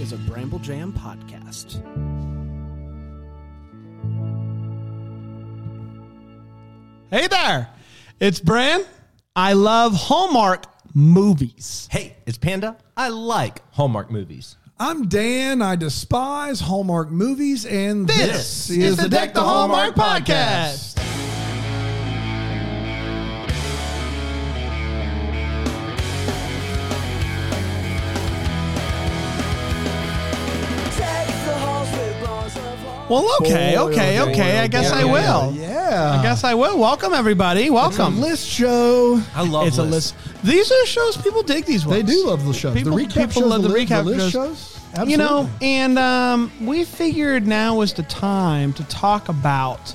is a Bramble Jam podcast. Hey there, it's Bran. I love Hallmark movies. Hey, it's Panda. I like Hallmark movies. I'm Dan. I despise Hallmark movies, and This, is the Deck the Hallmark podcast. Well, okay, Boy, okay, oh, okay. boy, I oh, guess boy, I yeah, will. Yeah, Uh. I guess I will. Welcome everybody. Welcome. list show. I love it's a list. These are shows people dig. These ones They do love the shows. People, the recap people shows, love the, li- recap list shows. shows. Absolutely. You know, and um, we figured now was the time to talk about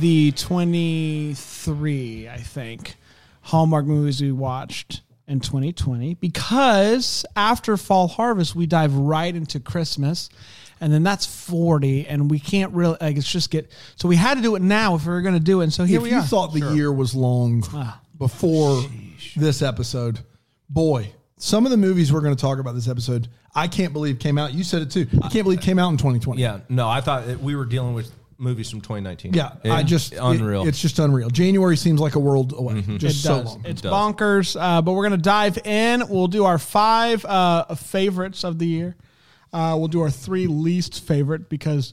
the 23, I think, Hallmark movies we watched in 2020 because after Fall Harvest, we dive right into Christmas. And then that's 40, and we can't really, like, it's just get, so we had to do it now if we were going to do it. And so here if we you are. Ah. thought the year was long before this episode, boy, some of the movies we're going to talk about this episode, I can't believe came out. You said it too. I can't believe came out in 2020. Yeah, no, I thought that we were dealing with movies from 2019. Yeah, It- I just unreal. it- it's just unreal. January seems like a world away. Just Mm-hmm. It so does. long. It's It does. bonkers. Uh, but we're gonna dive in. We'll do our five uh, favorites of the year. Uh, we'll do our three least favorite because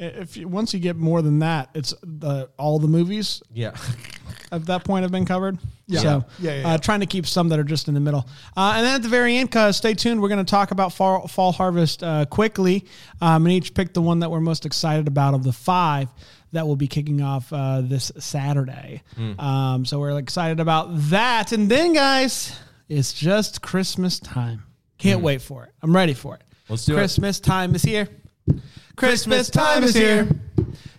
i- if you, once you get more than that, it's the all the movies yeah, at that point have been covered. Yeah. So, Yeah, yeah, yeah. Uh, trying to keep some that are just in the middle. Uh, and then at the very end, uh, stay tuned. We're going to talk about fall, fall harvest uh, quickly um, and each pick the one that we're most excited about of the five that will be kicking off uh, this Saturday. Hmm. Um, so we're excited about that. And then, guys, it's just Christmas time. Can't Hmm. wait for it. I'm ready for it. Let's do it. Christmas time is here. Christmas time is here.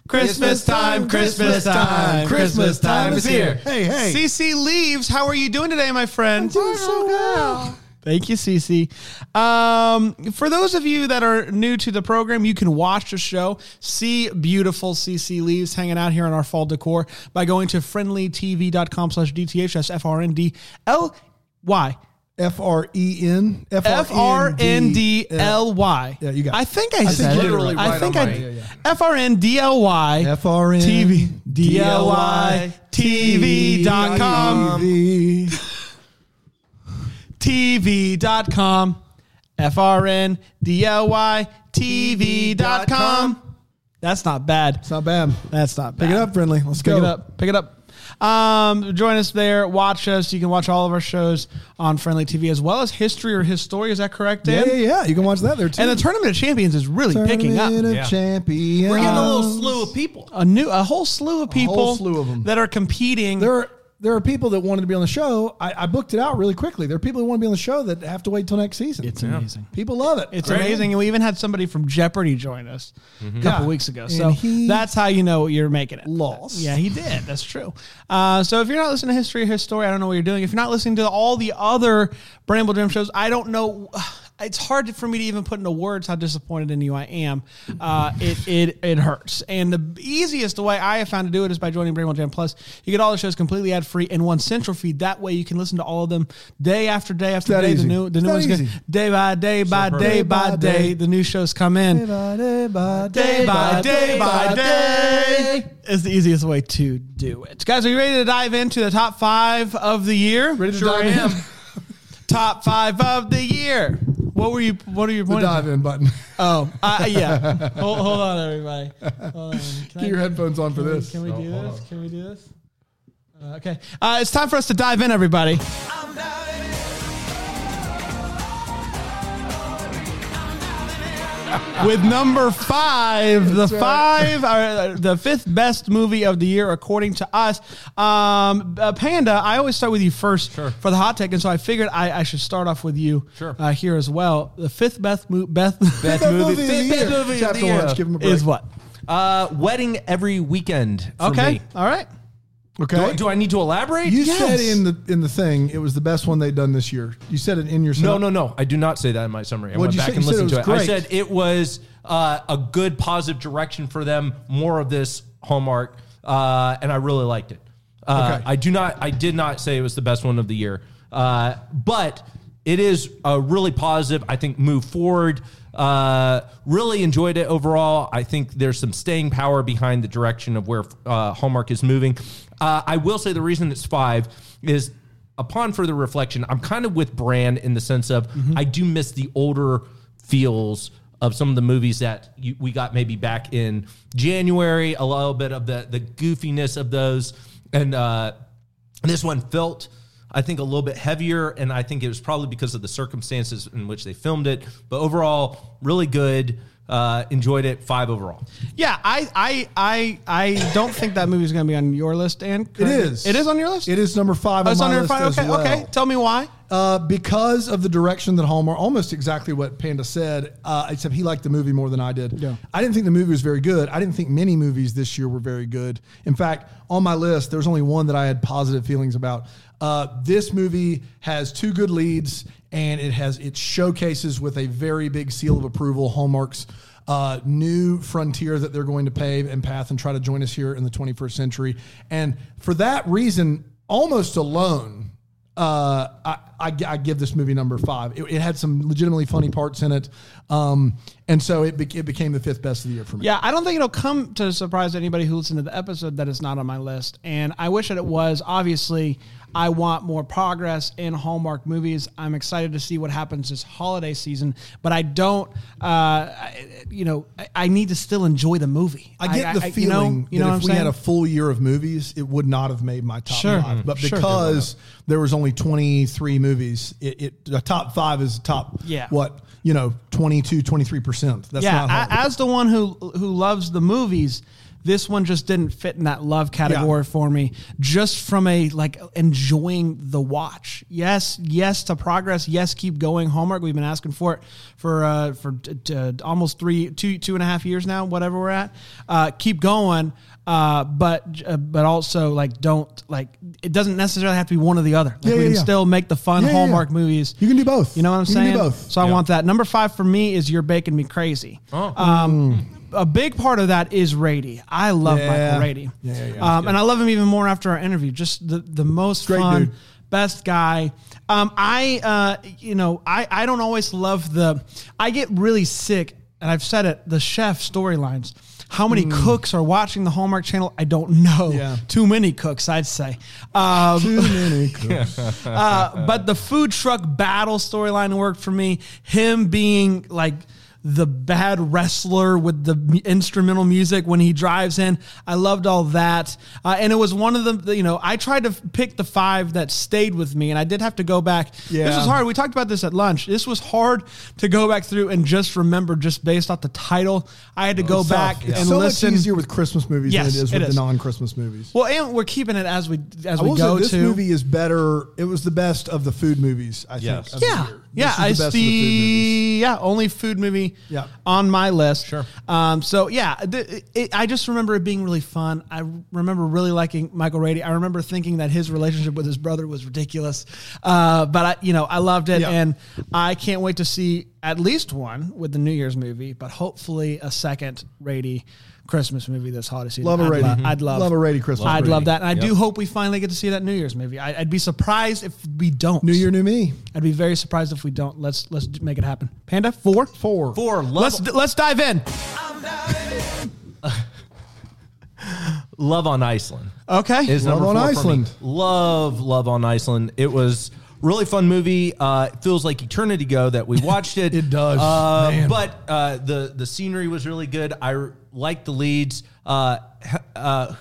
Christmas time, Christmas time, Christmas time is here. Hey, hey. CC leaves. How are you doing today, my friend? Thank you, Cece. Um, for those of you that are new to the program, you can watch the show, see beautiful Cece leaves hanging out here in our fall decor by going to friendlytv.com slash DTH. That's F-R-N-D-L-Y. F R E N F R E N D L Y. Yeah, you got it. I think I, think said you it. did it right. I Right think on I my- yeah, yeah. F R N D L Y. F R E N TV DLY TV.com TV.com F R N D L Y TV.com. That's not bad. It's not bad. That's not bad. Pick it up, friendly. Let's Pick go. it up. Pick it up. Um, join us there. Watch us. You can watch all of our shows on Friendly TV as well as History or History. Is that correct, Yeah, Dan? yeah, yeah. You can watch that there too. And the Tournament of Champions is really picking up. Tournament of Yeah. Champions. we're getting a little slew of people. A new, a whole slew of people, slew of 'em. that are competing. There are there are people that wanted to be on the show. I, I booked it out really quickly. There are people who want to be on the show that have to wait till next season. it's amazing. people love it. It's Great. amazing. And we even had somebody from Jeopardy join us a couple Yeah. weeks ago. And So he that's how you know you're making it. lost. Yeah, he did. That's true. Uh, so if you're not listening to History of His Story, I don't know what you're doing. If you're not listening to all the other Bramble Jam shows, I don't know. It's hard for me to even put into words how disappointed in you I am. Uh, it, it it hurts. And the easiest way I have found to do it is by joining Bramble Jam Plus. You get all the shows completely ad free in one central feed. That way you can listen to all of them day after day after that day. The easy. new the It's new that ones get easy. day by day by perfect. day by day. The new shows come in Day by day by day by day is the easiest way to do it. Guys, are you ready to dive into the top five of the year? Ready to Sure dive in. am. top five of the year. What were you? What are your The points? dive in button. Oh, uh, yeah. hold, hold on, everybody. Hold on. Can Get your I- headphones on for can we- this. Can we do this? Can we do this? Uh, okay, uh, it's time for us to dive in, everybody. With number five, the five, are the fifth best movie of the year according to us. Um, uh, Panda, I always start with you first for the hot take, and so I figured I, I should start off with you Sure. uh, here as well. The fifth best, mo- best, Best That movie, movie of the year. fifth movie of Chapter the one. year. Let's give him a break. is what? Uh, wedding every weekend. for Okay, me. all right. Do, Okay. I- do I need to elaborate? you Yes. said in the in the thing it was the best one they'd done this year. You said it in your no, no, no. I do not say that in my summary. I What'd went you back say? and You said it listened to it. was I great. said it was uh, a good, positive direction for them. More of this Hallmark, uh, and I really liked it. Uh, Okay. I do not. I did not say it was the best one of the year, uh, but It is a really positive, I think, move forward. Uh, really enjoyed it overall. I think there's some staying power behind the direction of where uh, Hallmark is moving. Uh, I will say the reason it's five is upon further reflection, I'm kind of with Brand in the sense of I do miss the older feels of some of the movies that you, we got maybe back in January, a little bit of the the goofiness of those, and uh, this one felt. I think a little bit heavier, and I think it was probably because of the circumstances in which they filmed it. But overall, really good. Uh, enjoyed it. Five overall. Yeah, I I I I don't think that movie's going to be on your list, and It is. It is on your list. It is number five. Oh, it's on on my your list five. as Okay, well. okay. Tell me why. Uh, because of the direction that Hallmark, almost exactly what Panda said, uh, except he liked the movie more than I did. Yeah. I didn't think the movie was very good. I didn't think many movies this year were very good. In fact, on my list, there's only one that I had positive feelings about. Uh, this movie has two good leads, and it has it showcases with a very big seal of approval Hallmark's uh, new frontier that they're going to pave and path and try to join us here in the 21st century. And for that reason, almost alone, uh, I, I, I give this movie number five. It, it had some legitimately funny parts in it, um, and so it, be, it became the fifth best of the year for me. Yeah, I don't think it'll come to surprise anybody who listened to the episode that it's not on my list. And I wish that it was. Obviously, I want more progress in Hallmark movies. I'm excited to see what happens this holiday season, but I don't, uh, I- you know, I, I need to still enjoy the movie. I get the you know- feeling you know, what that if I'm we saying? had a full year of movies, it would not have made my top Sure. five. But Mm, sure. because there was only 23 movies, it, it the top five is top, Yeah. what, you know, 22, 23%. That's yeah, not hard. a- as the one who who loves the movies, this one just didn't fit in that love category for me. Just from a like enjoying the watch. Yes, yes to progress. Yes, keep going. Hallmark, we've been asking for it for uh, for t- t- uh, almost three, two, two and a half years now. Whatever we're at, uh, keep going. Uh, but uh, but also like don't like it doesn't necessarily have to be one or the other. Like Yeah, we yeah, can yeah. still make the fun Yeah, yeah, yeah. Hallmark movies. You can do both. You know what I'm You can saying? do both. So I Yeah. want that. Number five for me is you're baking me crazy. Um, a big part of that is Rady. I love Mm. Yeah. Michael Rady. Yeah, yeah, yeah. Um, and I love him even more after our interview. Just the, the most Great fun, dude. best guy. Um, I, uh, you know, I, I don't always love the, I get really sick, and I've said it, the chef storylines. How many cooks are watching the Hallmark Channel? I don't know. Mm. Yeah. Too many cooks, I'd say. Um, Too many cooks. uh, but the food truck battle storyline worked for me. Him being like the bad wrestler with the m- instrumental music when he drives in. I loved all that. Uh, and it was one of the, the- you know, I tried to f- pick the five that stayed with me and I did have to go back. This Yeah. was hard. We talked about this at lunch. This was hard to go back through and just remember just based off the title. I had to go Oh, It's back tough. It's and so listen. much easier with Christmas movies Yes, than it is it with is. the non-Christmas movies. Well, and we're keeping it as we as I we will go say this to movie is better. It was the best of the food movies. I Yes. think. of the Yeah, year. yeah. This is It's the, the best of the food movies. yeah only food movie Yeah. on my list. Sure. Um. So yeah, th- it, I just remember it being really fun. I remember really liking Michael Rady. I remember thinking that his relationship with his brother was ridiculous. Uh. But I, you know, I loved it, Yeah. and I can't wait to see at least one with the New Year's movie, but hopefully a second Rady Christmas movie this holiday season. Love a I'd Rady. Mm-hmm. lo- I'd love Love a Rady Christmas I'd movie. love that, and I do Yep. hope we finally get to see that New Year's movie. I, I'd be surprised if we don't. New Year, New Me. I'd be very surprised if we don't. Let's let's d- make it happen. Panda four Four. Four. Love, Let's d- let's dive in. love on Iceland. Okay. is Love number on four for me. Iceland. Love, love on Iceland. It was really fun movie. Uh, it feels like eternity ago that we watched it. It does, Uh, man. But uh, the the scenery was really good. I r- liked the leads. Uh, h- uh,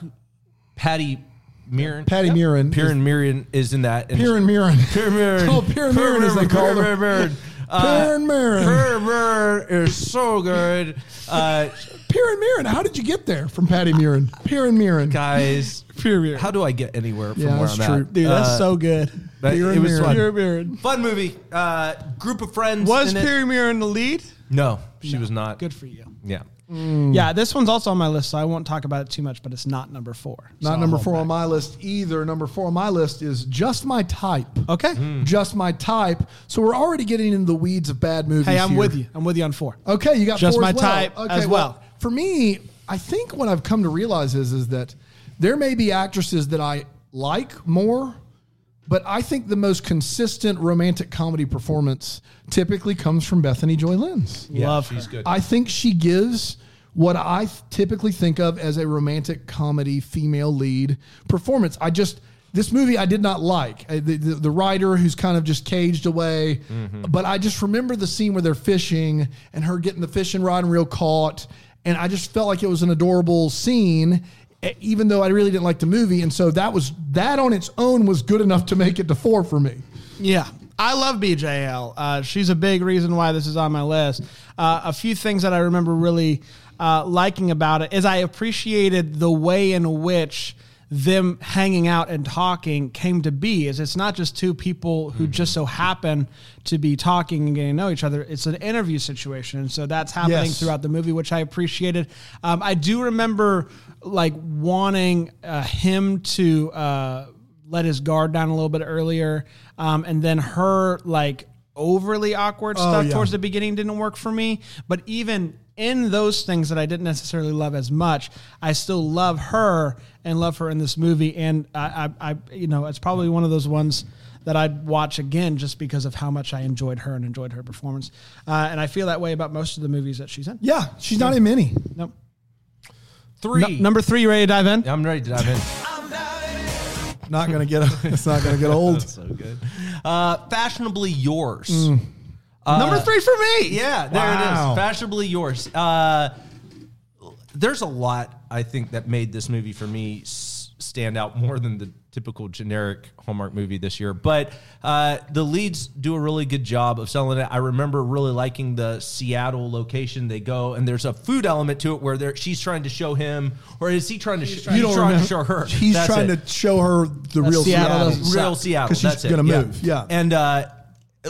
Patty Mirren. Patty Murin. Piran Mirren is in that. and- Piran Mirren. Piran Mirren. Oh, Piran Mirren, as they call her. Piran Mirren. Uh, Piran Mirren. Piran Mirren is so good, uh, Piran Mirren. How did you get there from Patty Murin? Piran Mirren. guys. Period. How do I get anywhere from Yeah, where that's I'm true. at? Dude, that's Uh, so good. but Piran it was Mirren. fun. Pure Mirren. Fun movie. Uh, group of friends. Was in it. Pure Mirren the lead? No, she was not. Good for you. Yeah. Hmm. Yeah, this one's also on my list, so I won't talk about it too much. But it's not number four. So Not I'll number hold four back. on my list either. Number four on my list is just my type. Okay. Just my type. So we're already getting into the weeds of bad movies. Hey, I'm here. with you. I'm with you on four. Okay, you got Just four my as well. type okay, as well. For me, I think what I've come to realize is is that there may be actresses that I like more But I think the most consistent romantic comedy performance typically comes from Bethany Joy Lenz. Yeah, Love she's her. Uh, good. I think she gives what I th- typically think of as a romantic comedy female lead performance. I just this movie I did not like Uh, the, the, the writer who's kind of just caged away, but I just remember the scene where they're fishing and her getting the fishing rod and reel caught, and I just felt like it was an adorable scene. e- Even though I really didn't like the movie, and so that was that on its own was good enough to make it to four for me. Yeah. I love BJL. Uh, she's a big reason why this is on my list. Uh, a few things that I remember really uh, liking about it is I appreciated the way in which them hanging out and talking came to be is it's not just two people who just so happen to be talking and getting to know each other it's an interview situation and so that's happening Yes. throughout the movie which i appreciated um, i do remember like wanting uh, him to uh, let his guard down a little bit earlier. Um, and then her like overly awkward stuff yeah. towards the beginning didn't work for me. But even in those things that I didn't necessarily love as much, I still love her and love her in this movie. And I, I, I you know, it's probably one of those ones that I'd watch again just because of how much I enjoyed her and enjoyed her performance. Uh, and I feel that way about most of the movies that she's in. Yeah, she's not in many. Nope. Three. Nu- number three, you ready to dive in? I'm ready to dive in. Not gonna get. It's not gonna get old. so good. Uh, fashionably yours. Mm. number three for me. Yeah, there it Wow. is. Fashionably yours. Uh, there's a lot I think that made this movie for me s- stand out more than the typical generic Hallmark movie this year. But uh, the leads do a really good job of selling it. I remember really liking the Seattle location they go, and there's a food element to it where they're- she's trying to show him, or is he trying to? Sh- he's trying to show her. He's That's trying it to show her the Seattle real Seattle. doesn't real suck. Seattle. 'Cause she's That's it. gonna move, yeah. and uh,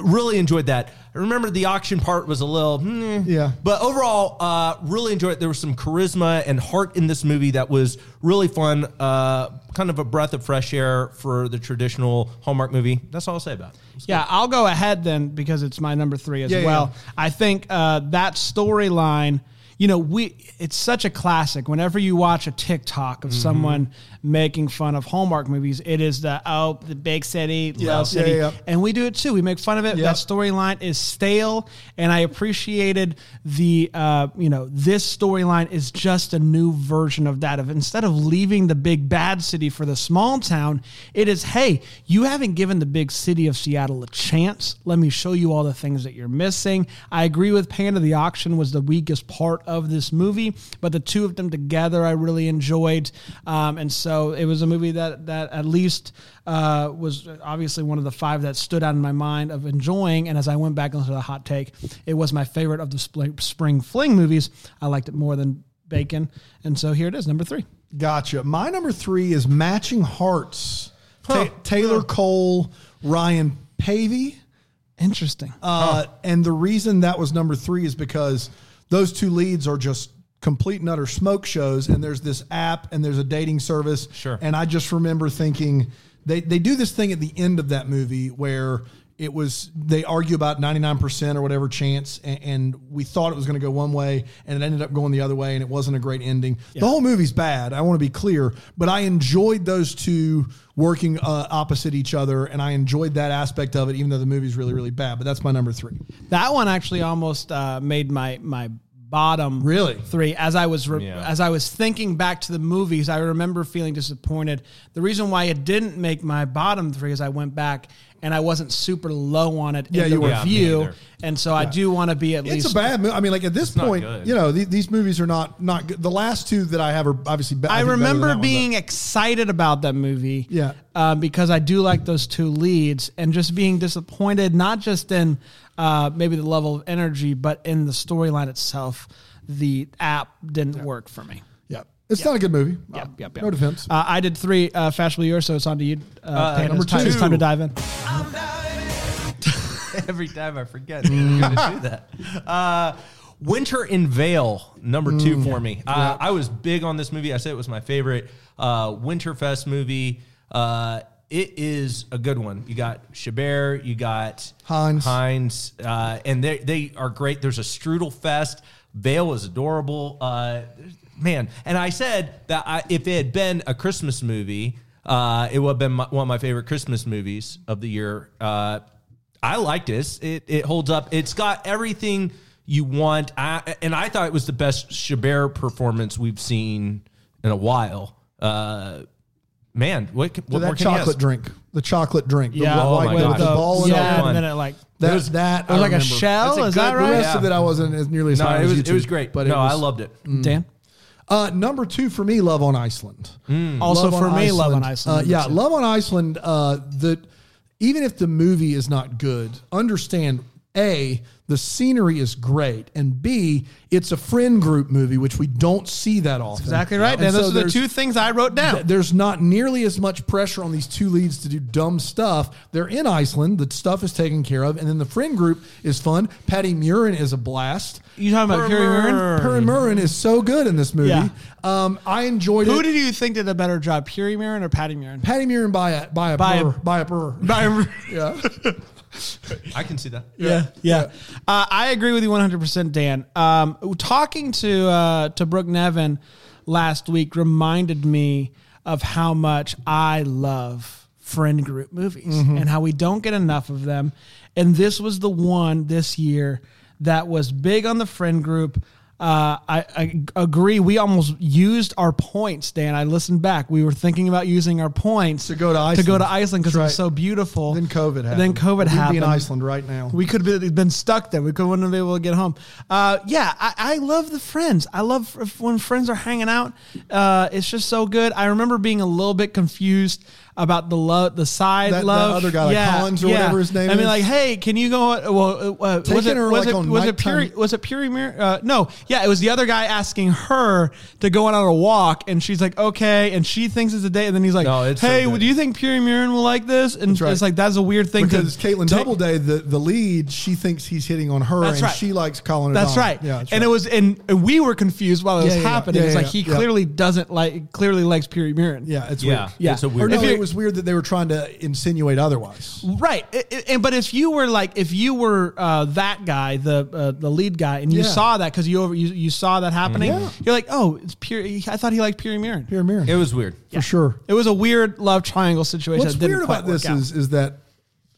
really enjoyed that. I remember the auction part was a little, hmm. Yeah. But overall, uh, really enjoyed it. There was some charisma and heart in this movie that was really fun. Uh, kind of a breath of fresh air for the traditional Hallmark movie. That's all I'll say about. it. Yeah, I'll go ahead then because it's my number three as Yeah, yeah, well. I think uh, that storyline. You know, we it's such a classic. Whenever you watch a TikTok Mm-hmm. of someone making fun of Hallmark movies, it is the oh the big city, little Yeah, yeah, city, yeah. and we do it too. We make fun of it. Yeah. That storyline is stale, and I appreciated the uh, you know this storyline is just a new version of that. Of instead of leaving the big bad city for the small town, it is hey, you haven't given the big city of Seattle a chance. Let me show you all the things that you're missing. I agree with Panda. The auction was the weakest part of this movie, but the two of them together, I really enjoyed, um, and so it was a movie that that at least uh, was obviously one of the five that stood out in my mind of enjoying. And as I went back into the hot take, it was my favorite of the spl- spring fling movies. I liked it more than Bacon, and so here it is, number three. Gotcha. My number three is Matching Hearts. Ta- Huh. Taylor Cole, Ryan Pavey. Interesting. Uh, And the reason that was number three is because those two leads are just complete and utter smoke shows. And there's this app and there's a dating service. Sure. And I just remember thinking they, they do this thing at the end of that movie where it was they argue about 99% or whatever chance and, and we thought it was going to go one way and it ended up going the other way and it wasn't a great ending the whole movie's bad i want to be clear but i enjoyed those two working uh, opposite each other and i enjoyed that aspect of it even though the movie's really really bad but that's my number three That one actually almost uh, made my my bottom Really? three. As I was re- Yeah. as I was thinking back to the movies, I remember feeling disappointed. The reason why it didn't make my bottom three is I went back and I wasn't super low on it Yeah, in the you weren't. Yeah, me review, either. and so I do want to be at least it's a bad movie. I mean, like at this not point, good. you know, the, these movies are not not good. The last two that I have are obviously. Be- I, think better than that remember one, but- being excited about that movie. Yeah. uh, because I do like those two leads and just being disappointed, not just in uh, maybe the level of energy, but in the storyline itself. The app didn't work for me. yeah, it's not a good movie. Yep, Uh, yep, yep. No defense. Uh, I did three uh, fashionably yours, so it's on to you. Uh, Panda. number it's, time, it's two. time to dive in. Every time I forget that you're going to do that. Uh, Winter in Vale, number two for me. Uh, I was big on this movie. I said it was my favorite uh, Winterfest movie. Uh, it is a good one. You got Chabert, you got Heinz. Heinz, uh, and they, they are great. There's a Strudel Fest. Vale is adorable. Uh, man, and I said that I, if it had been a Christmas movie, Uh, it would have been my, one of my favorite Christmas movies of the year. Uh, I liked this. It it holds up. It's got everything you want. I, and I thought it was the best Chabert performance we've seen in a while. Uh, man, what, c- So what more that can you ask? chocolate drink, the chocolate drink, the Yeah. wa- Oh white my one with God. the ball in so yeah, it. fun. and then it like That It was- that it was I like a remember. shell. That's a Is that good- The right? rest Yeah. of it, I wasn't nearly as No, high it as was you it two, was great. But no, it was, Mm. I loved it. Dan. Uh, number two for me, Love on Iceland. Mm. Also for me, Love on Iceland, Uh, number yeah, two. Love on Iceland. Uh, the even if the movie is not good, understand a the scenery is great, and b it's a friend group movie, which we don't see that often. Exactly right. And Dan. those so are the there's- two things I wrote down. th- there's not nearly as much pressure on these two leads to do dumb stuff. They're in Iceland. The stuff is taken care of. And then the friend group is fun. Patty Murin is a blast. you talking about Carrie Murren? Patty Murin is so good in this movie. Yeah. Um, I enjoyed Who it. did you think did a better job, Carrie Murren or Patty Murren? Patty Murin by a by a By a- burr, by a burr. By- Yeah. I can see that. yeah, yeah. Uh, I agree with you 100%, Dan. Um, talking to uh, to Brooke Nevin last week reminded me of how much I love friend group movies Mm-hmm. and how we don't get enough of them. And this was the one this year that was big on the friend group. Uh, I, I agree. We almost used our points, Dan. I listened back. We were thinking about using our points To go to to go Iceland. to Iceland because That's it was right. so beautiful. Then COVID happened. Then COVID We'd happened. Be in Iceland right now. We could have been stuck there. We could wouldn't have been able to get home. Uh, yeah, I, I love the friends. I love f- when friends are hanging out. Uh, it's just so good. I remember being a little bit confused about the love, the side That- that love. other guy, like Collins or whatever his name I mean, is? like, hey, can you go? Well, uh, uh, was it Taking her, was like, it on was it nighttime- Puri? Was it Puri? Mir- Uh, no, yeah, it was the other guy asking her to go on a walk, and she's like, okay, and she thinks it's a date, and then he's like, No, it's so hey, good. do you think Puri Mirren will like this? And right. it's like that's a weird thing to because Caitlin take- Doubleday, the, the lead, she thinks he's hitting on her, That's and right. she likes Colin. That's O'Donnell. right. Yeah, that's and right. it was, and and we were confused while it was Yeah, yeah, yeah. happening. Yeah, it's yeah, like he yeah. clearly doesn't like, clearly likes Piri Murin. yeah, it's Yeah, weird. Yeah. it's a Or weird. Or If no, you- it was weird that they were trying to insinuate otherwise. Right. I- I- and but if you were like, if you were uh, that guy, the uh, the lead guy, and you Yeah. Mm-hmm. saw that because you, over you you saw that happening, you're like, oh, it's Piri. I thought he liked Piri Murin. Here, mirror. It was weird. For sure. It was a weird love triangle situation. What's that didn't weird quite about this work out. is is that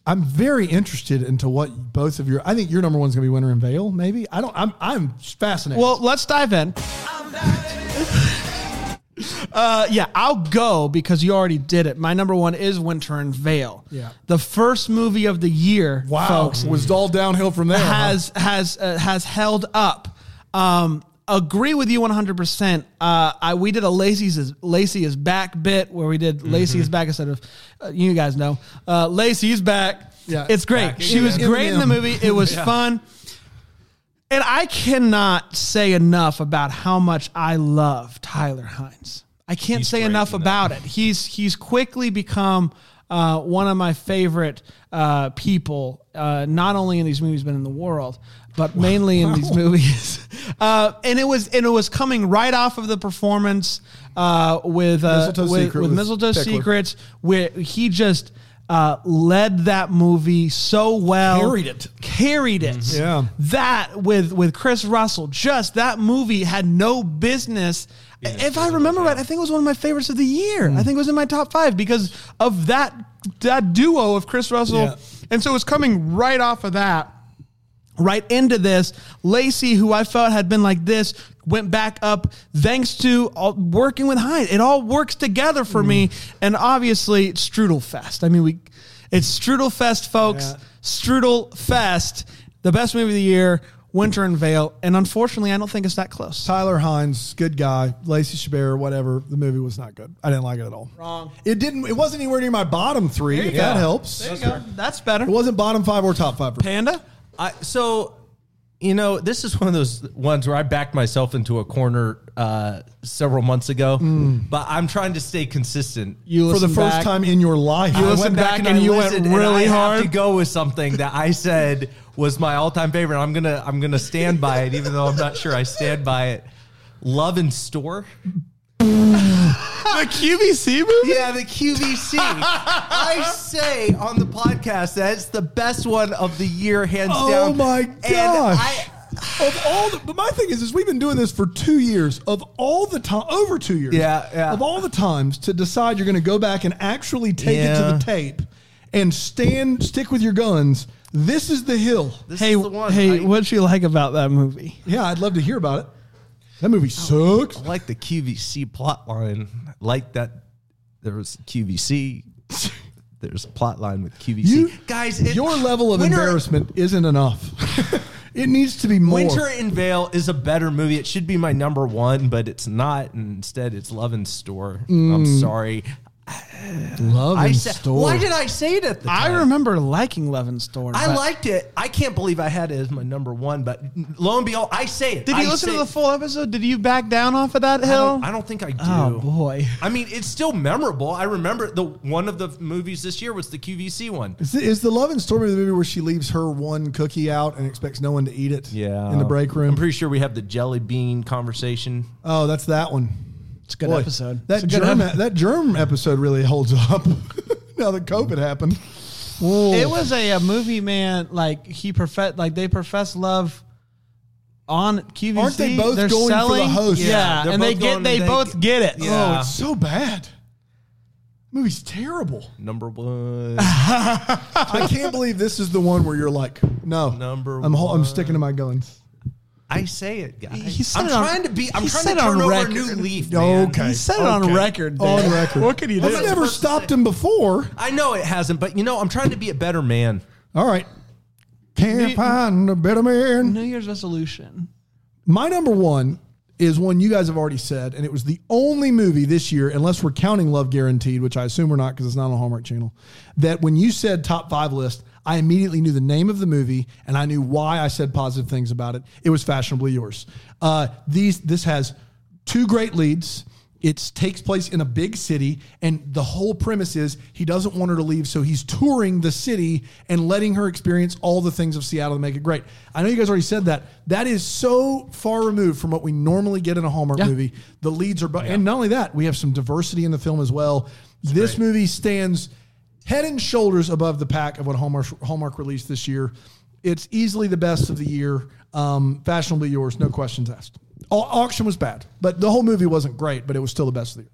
I'm very interested into what both of your. I think your number one's going to be Winter and Veil. Maybe I don't. I'm I'm fascinated. Well, let's dive in. Uh, yeah, I'll go because you already did it. My number one is Winter and Veil. Yeah. the first movie of the year. wow, folks, was all downhill from there. huh? has has uh, has held up. Um, agree with you 100%. Uh, I we did a Lacey's is, Lacey is back bit where we Mm-hmm. did Lacey is back instead of uh, you guys know uh, Lacey's back. Yeah. it's Back great. She was again. great in the Eminem. movie. It was fun. And I cannot say enough about how much I love Tyler Hines. I can't say great enough in that. about it. He's he's quickly become uh, one of my favorite uh, people, uh, not only in these movies but in the world, but mainly in these movies. Uh, and it was and it was coming right off of the performance uh, with, uh, Mistletoe with Secret with with Mistletoe Pickler. Secrets, where he just uh, led that movie so well, Carried it. Mm-hmm. carried it. Yeah. That with with Chris Russell, just that movie had no business. if I remember right, I think it was one of my favorites of the year. Hmm. I think it was in my top five because of that that duo of Chris Russell, Yeah. and so it's coming right off of that right into this. Lacey, who I felt had been like this, went back up thanks to all, working with Hines. It all works together for me. Mm. And obviously, Strudel Fest. I mean, we it's Strudel Fest, folks. Yeah. Strudel Fest, the best movie of the year, Winter and Veil. And unfortunately, I don't think it's that close. Tyler Hines, good guy. Lacey Chabert, whatever. The movie was not good. I didn't like it at all. Wrong. It didn't. It wasn't anywhere near my bottom three. If you that go. helps. There you go. That's better. It wasn't bottom five or top five. for me. Panda? I, so, you know, this is one of those ones where I backed myself into a corner uh, several months ago, but I'm trying to stay consistent. You For the listen first back. time in your life, You I listen went back and I you went listened, really I hard. Have to go with something that I said was my all-time favorite. I'm gonna I'm gonna stand by it, even though I'm not sure I stand by it. Love in Store. The QVC movie? Yeah, the QVC. I say on the podcast that it's the best one of the year, hands Oh down. my And I, gosh. of all the, but my thing is, is we've been doing this for two years. Of all the time, over two years. Yeah, yeah. Of all the times to decide you're going to go back and actually take it Yeah. to the tape and stand, stick with your guns. This is the hill. This Hey, is the one. hey, I what'd you like about that movie? Yeah, I'd love to hear about it. That movie sucks. like the QVC plot line. I Like that, there was QVC. There's a plot line with QVC. You Guys, it- your level of Winter- embarrassment isn't enough. it needs to be more. Winter in Vale is a better movie. It should be my number one, but it's not. And instead, it's Love and Store. I'm sorry. Mm. Love I and sa- store. Why did I say it at the I time? remember liking Levin's Store. I but- liked it. I can't believe I had it as my number one, but lo and behold, I say it. Did you I listen say to the it. full episode? Did you back down off of that I hill? don't, I don't think I do. oh boy. I mean, it's still memorable. I remember the one of the movies this year was the QVC one. Is, the, is the Love and Stormy the movie where she leaves her one cookie out and expects no one to eat it? In the break room. I'm pretty sure we have the jelly bean conversation. oh, that's that one. It's a good Boy, episode. It's That a good germ, epi- that germ episode really holds up now that COVID happened. Whoa. It was a, a movie, man. Like he profess, like they profess love on QVC. Aren't they both They're going for the selling, host? Yeah, Yeah, they're and they both get, going they, and they both get it. Yeah. Oh, it's so bad. movie's terrible. Number one. I can't believe this is the one where you're like, no, Number I'm hol- I'm one. sticking to my guns. I say it, guys. He said I'm it on- trying to be. I'm he trying said to it on turn over a record. new leaf. Man. Okay. He said it on okay. record. On dude. record. What can you do? I've never supposed to stopped say? him before. I know it hasn't, but you know, I'm trying to be a better man. All right. Can't You- find a better man. New Year's resolution. My number one is one you guys have already said, and it was the only movie this year, unless we're counting Love Guaranteed, which I assume we're not because it's not on Hallmark Channel, that when you said top five list, I immediately knew the name of the movie and I knew why I said positive things about it. It was fashionably yours. Uh, these this has two great leads. It takes place in a big city, and the whole premise is he doesn't want her to leave, so he's touring the city and letting her experience all the things of Seattle that make it great. I know you guys already said that. That is so far removed from what we normally get in a Hallmark Yeah. movie. The leads are, bu- and not only that, we have some diversity in the film as well. this movie stands head and shoulders above the pack of what Hallmark Hallmark released this year. It's easily the best of the year. Um, fashionably yours, no questions asked. Au- auction was bad, but the whole movie wasn't great, but it was still the best of the year.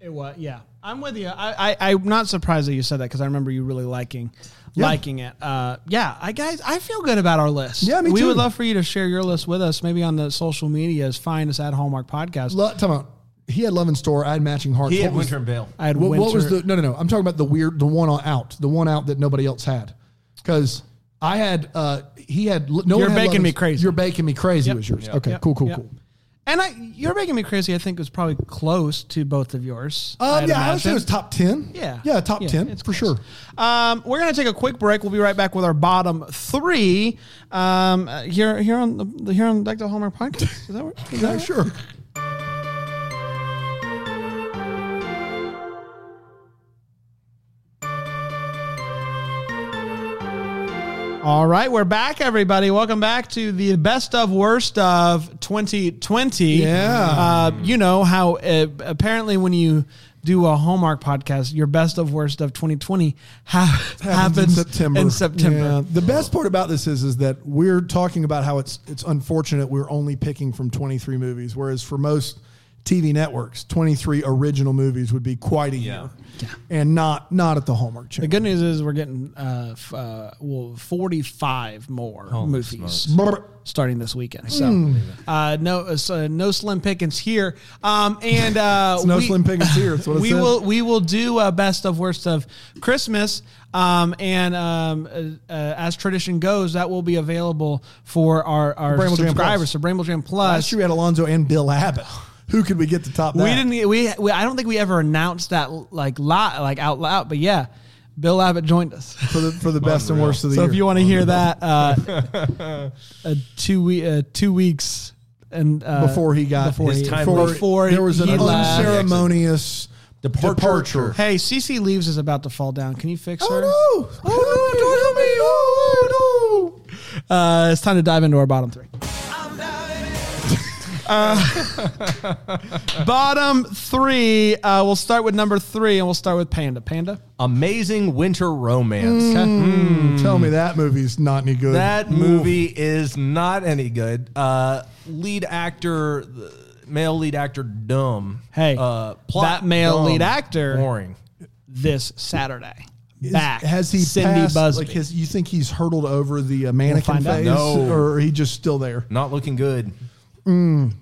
It was, yeah. I'm with you. I, I I'm not surprised that you said that because I remember you really liking liking it. Uh, yeah, I guys, I feel good about our list. Yeah, me We too. would love for you to share your list with us, maybe on the social medias. Find us at Hallmark Podcast. Lo- Time out. He had Love in Store. I had Matching Hearts. He What had was- Winter and Vale. I had What, winter. what was the? No, no, no. I'm talking about the weird, the one out, the one out that nobody else had, because I had. uh He had. You're No one had baking Love in- me crazy. You're baking me crazy Yep. was yours. Okay, Yep, cool, cool, yep. cool. And I, you're making me crazy. I think was probably close to both of yours. Um, I'd yeah, I would say it imagine. was top ten. Yeah. yeah, top Yeah, ten it's for close. sure. Um, we're gonna take a quick break. We'll be right back with our bottom three. Um, uh, here, here on the here on Deck the Hallmark podcast. Is that what? Is that Yeah, right? sure. All right, we're back, everybody. Welcome back to the best of worst of 2020. Yeah. Uh, you know how uh, apparently when you do a Hallmark podcast, your best of worst of 2020 ha- happens, in September. In September. Yeah. The best part about this is is that we're talking about how it's it's unfortunate we're only picking from 23 movies, whereas for most TV networks, 23 original movies would be quite a year, and not not at the Hallmark The Channel. good news is we're getting uh, f- uh, well 45 more movies. Brr. starting this weekend. So, uh, no, uh, so no slim pickings here. Um, and uh, It's no slim pickings here, that's what it we says. will we will do a best of worst of Christmas. Um, and um, uh, uh, as tradition goes, that will be available for our our Bramble Jam subscribers. Plus. So Bramble Jam Last Plus. year we had Alonzo and Bill Abbott. Who could we get to top that? We didn't. We, we I don't think we ever announced that like lot like out loud. But yeah, Bill Abbott joined us. for the for the best and worst of the So year. if you want to hear that, uh, uh, two we, uh, two weeks and uh, before he got before His he- time before, limit. before there was an he left. unceremonious Departure. departure. Hey, CC leaves is about to fall down. Can you fix her? Oh no! Oh no! Don't help me! Oh no! Uh, it's time to dive into our bottom three. Bottom three. Uh, we'll start with number three, and we'll start with Panda. Panda. Amazing Winter Romance. Mm. Mm-hmm. Tell me that Hmm. movie's not any good. That movie is not any good. Uh, lead actor, the male lead actor, dumb. Hey, uh, that male lead actor- boring. This Saturday. Is- Back. has he Cindy passed, Busby. Like, has, you think he's hurtled over the uh, mannequin find out. phase, No. or he just still there? Not looking good. Mm.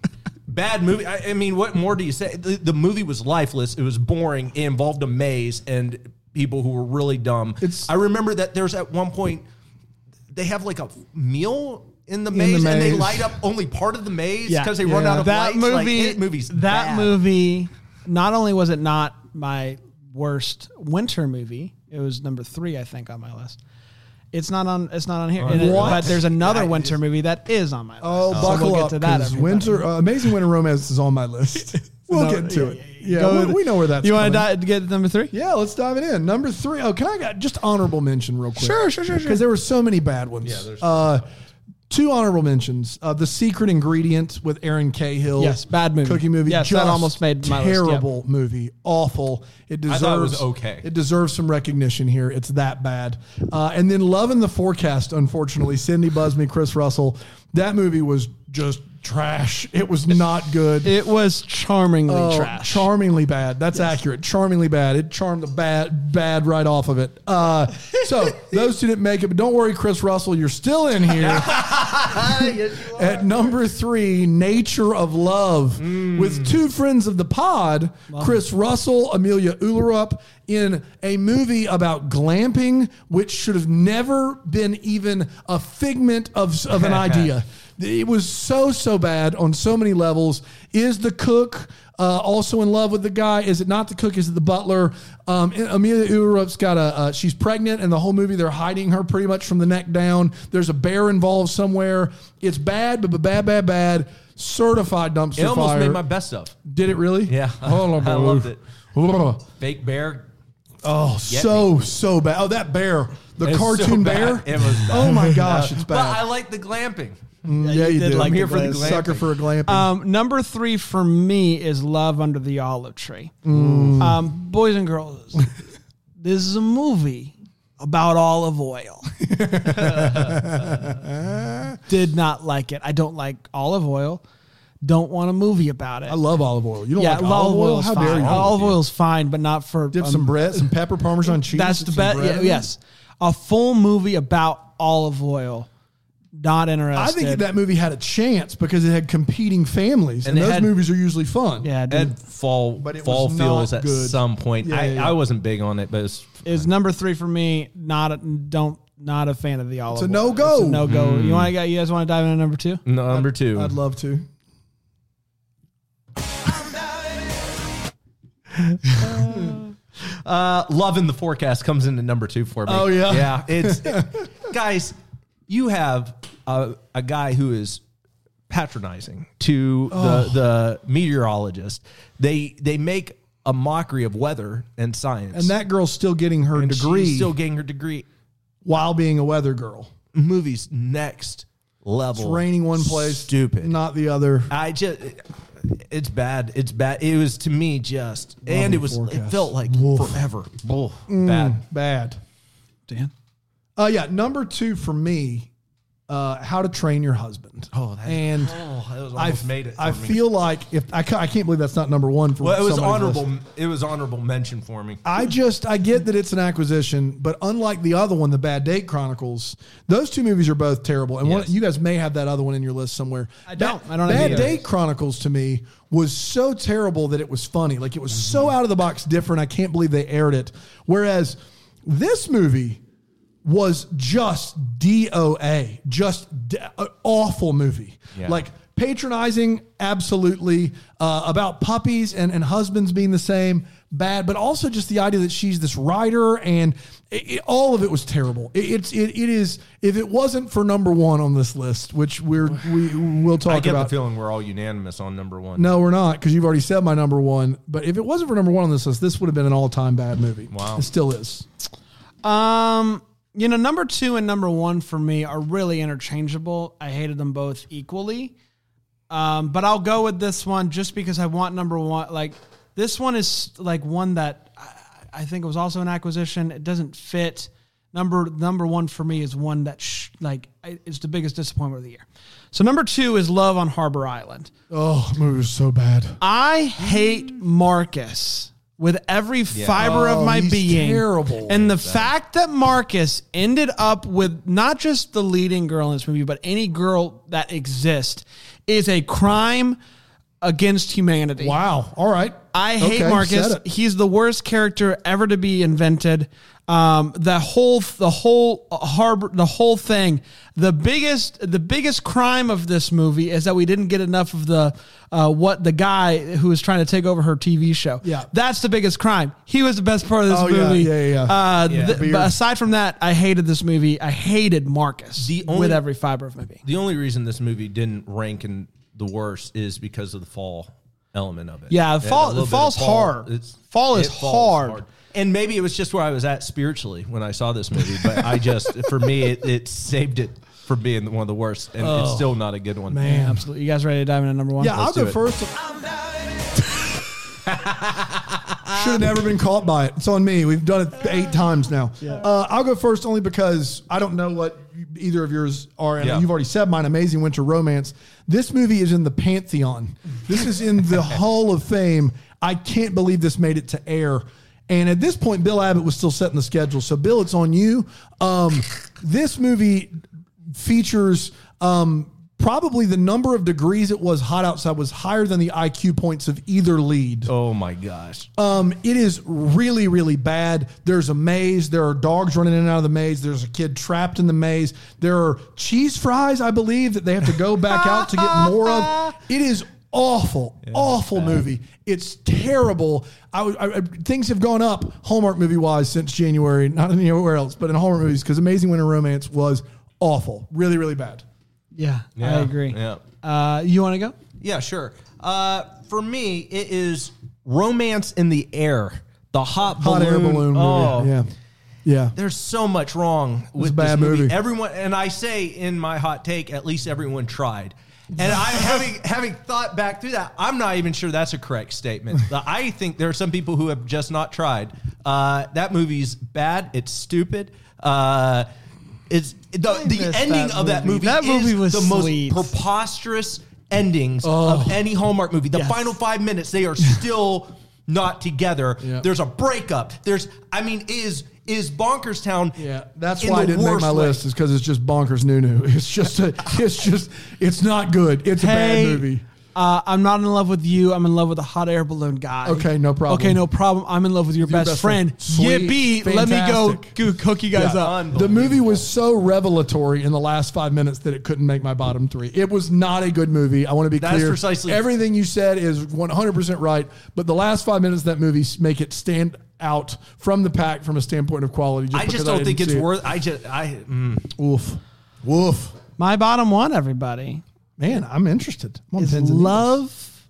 Bad movie. I, I mean, what more do you say? The, the movie was lifeless. It was boring. It involved a maze and people who were really dumb. It's- I remember that there's at one point they have like a meal. In the, maze, the and they maze. light up only part of the maze Yeah. because they run Yeah. out of that lights. Like, movie. it- movies that bad. movie. Not only was it not my worst winter movie, it was number three, I think, on my list. It's not on. It's not on here. And it- What? but there's another That winter movie that is on my list. Oh, So buckle we'll up! get to that. 'cause everybody. Winter, uh, Amazing Winter Romance is on my list. We'll No, get to yeah, it. yeah, Yeah, Go we, with- we know where that's. You coming. want to get to number three? Yeah, let's dive it in. Number three. Oh, can I got just honorable mention real quick? Sure, sure, sure, sure. Because there were so many bad ones. Yeah, there's- uh, two honorable mentions. Uh, the Secret Ingredient with Aaron Cahill. Yes, bad movie. Cookie movie. Yes, that almost made my list, yep. terrible movie. Awful. It deserves thought it was okay. It deserves some recognition here. It's that bad. Uh, and then Loving the Forecast. Unfortunately, Cindy Busby, Chris Russell. That movie was just trash. It was not good. It was charmingly Oh, trash. Charmingly bad. That's accurate. Charmingly bad. It charmed the bad bad right off of it. Uh, so those two didn't make it, but don't worry, Chris Russell, you're still in here. At number three, Nature of Love, with two friends of the pod, Chris Russell, Amelia Ullerup, in a movie about glamping, which should have never been even a figment of, of an idea. It was so, so bad on so many levels. Is the cook uh, also in love with the guy? Is it not the cook? Is it the butler? Um, and Amelia Ullerup's got a, uh, she's pregnant, and the whole movie they're hiding her pretty much from the neck down. There's a bear involved somewhere. It's bad, but but bad, bad, bad. Certified dumpster It almost fire. made my best of. Did it really? Yeah. Oh, I loved it. Oh, Fake bear. Get so so bad. Oh, that bear, the It's so cartoon bear. bad. It was Oh bad. my gosh, it's But I bad. Mm, like the glamping. yeah, you, did like I'm the here for the glamping. sucker for a glamping. Um, number three for me is Love Under the Olive Tree. Mm. Um, boys and girls, this is a movie about olive oil. Did not like it. I don't like olive oil. Don't want a movie about it. I love olive oil. You don't like olive oil? is How fine. dare you? Olive oil's fine, but not for Dip um, some bread, some pepper, parmesan cheese. That's dip the some best. bread in it. yes, a full movie about olive oil. Not I interested. think that movie had a chance because it had competing families, and, And it those had- movies are usually fun. yeah, dude. Ed fall Mm. But it fall was not feels at good. some point. Yeah, I, yeah, yeah. I wasn't big on it, but it's is number three for me. Not a, don't not a fan of the olive. It's a oil. no-go. Hmm. It's a no go. You want to? You guys want to dive into number two? number two. I'd love to. uh, Love in the forecast comes into number two for me. Oh, yeah? yeah. It's guys, you have a, a guy who is patronizing to the the meteorologist. They they make a mockery of weather and science, And that girl's still getting her And she's degree still getting her degree. while being a weather girl. Movies next level. It's raining one place, Stupid. not the other. I just, it's bad. It's bad. It was to me just, and it was, forecast. Mm. it felt like forever. Bull, bad. Bad. Dan. Uh, yeah, number two for me, uh, How to Train Your Husband. Oh, that- and Oh, that was I almost made it. I for me. feel like if I, ca- I can't believe that's not number one for. Well, it was somebody's honorable. list. It was honorable mention for me. I just I get that it's an acquisition, but unlike the other one, the Bad Date Chronicles, those two movies are both terrible. And one, Yes. you guys may have that other one in your list somewhere. I don't. I don't have Bad either. Date Chronicles to me was so terrible that it was funny. Like it was Mm-hmm. so out of the box different. I can't believe they aired it. Whereas this movie was just DOA, just d- a awful movie. Yeah. Like patronizing, absolutely. Uh, about puppies and, and husbands being the same, bad. But also just the idea that she's this writer and it, it- all of it was terrible. It, it's it, it is if it wasn't for number one on this list, which we're we will talk I get about. the feeling we're all unanimous on number one. No, we're not because you've already said my number one. But if it wasn't for number one on this list, this would have been an all-time bad movie. Wow. it still is. Um, you know, number two and number one for me are really interchangeable. I hated them both equally. Um, but I'll go with this one just because I want number one. Like this one is like one that I, I think it was also an acquisition. It doesn't fit. Number number one for me is one that sh- like I- it's the biggest disappointment of the year. So number two is Love on Harbor Island. Oh, movie was so bad. I hate Marcus with every fiber Oh, of my he's being. terrible. And the fact that Marcus ended up with not just the leading girl in this movie, but any girl that exists is a crime against humanity. Wow. All right. I hate Okay, Marcus. said it. He's the worst character ever to be invented. Um, the whole, the whole harbor, the whole thing. The biggest, the biggest crime of this movie is that we didn't get enough of the uh, what the guy who was trying to take over her TV show. Yeah. that's the biggest crime. He was the best part of this Oh, yeah, movie. yeah, yeah, yeah. Uh, Yeah. th- Beard. but aside from that, I hated this movie. I hated Marcus The only- with every fiber of my being. The only reason this movie didn't rank in the worst is because of the fall element of it. Yeah, the And a fall- little the bit of fall's hard. Fall is it falls hard. And maybe it was just where I was at spiritually when I saw this movie, but I just for me it, it saved it from being one of the worst, and it's still not a good one. Oh, Man, absolutely. You guys ready to dive into number one? Yeah, Let's I'll do go it. first. Should have never been caught by it. It's on me. We've done it eight times now. Uh, I'll go first only because I don't know what you- either of yours are, and Yeah. you've already said mine. Amazing Winter Romance. This movie is in the pantheon. This is in the Hall of Fame. I can't believe this made it to air. And at this point, Bill Abbott was still setting the schedule. So, Bill, it's on you. Um, this movie features um, probably the number of degrees it was hot outside was higher than the IQ points of either lead. Oh my gosh! Um, it is really, really bad. There's a maze. There are dogs running in and out of the maze. There's a kid trapped in the maze. There are cheese fries, I believe, that they have to go back out to get more of. It is awful, awful movie. It's terrible. I, would- I, I- things have gone up Hallmark movie wise since January, not anywhere else, but in Hallmark movies because Amazing Winter Romance was awful, really, really bad. Yeah, I Yeah, agree. yeah. Uh, you want to go? Yeah, sure. Uh, for me, it is romance in the air, the hot, Hot balloon. air balloon movie. Oh, Yeah, yeah. There's so much wrong with a bad this movie. movie. Everyone, and I say in my hot take, at least everyone tried. And I having having thought back through that, I'm not even sure that's a correct statement. The- I think there are some people who have just not tried. Uh, that movie's bad. It's stupid. Uh, it's the, the miss ending that of that movie. movie. That movie is was the sweet. most preposterous endings of any Hallmark movie. The Yes. final five minutes, they are still not together. Yeah. There's a breakup. There's, I mean, is is Bonkers Town? Yeah, that's in why I the didn't make worst my way? list is because it's just bonkers new new. It's just a, it's just it's not good. It's a Hey, bad movie. Uh, I'm not in love with you. I'm in love with a hot air balloon guy. Okay, no problem. Okay, no problem. I'm in love with your, best, best friend. friend. Sweet. Yippee! Let me go, Fantastic. go cook you guys Yeah. up. Unbelievable. The movie was so revelatory in the last five minutes that it couldn't make my bottom three. It was not a good movie. I want to be That's clear. precisely- everything you said is one hundred percent right. But the last five minutes of that movie make it stand out from the pack from a standpoint of quality. Just I just because don't think didn't it's see it. worth. I just, I, mm, Woof, woof. My bottom one, everybody, Man, I'm interested. I'm on is pins and needles. Love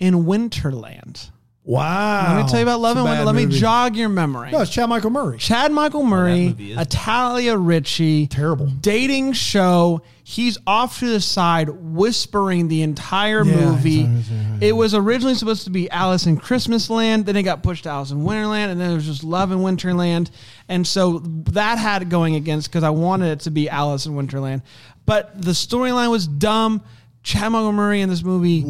in Winterland. Wow. Let me tell you about Love in It's a bad Winterland. Let me movie. jog your memory. No, it's Chad Michael Murray. Chad Michael Murray, movie is- Italia Ritchie, Terrible. dating show. He's off to the side whispering the entire Yeah, movie. he's always- yeah, yeah. It was originally supposed to be Alice in Christmasland, then it got pushed to Alice in Winterland, and then it was just Love in Winterland. And so that had it going against because I wanted it to be Alice in Winterland. But the storyline was dumb. Chad Michael Murray in this movie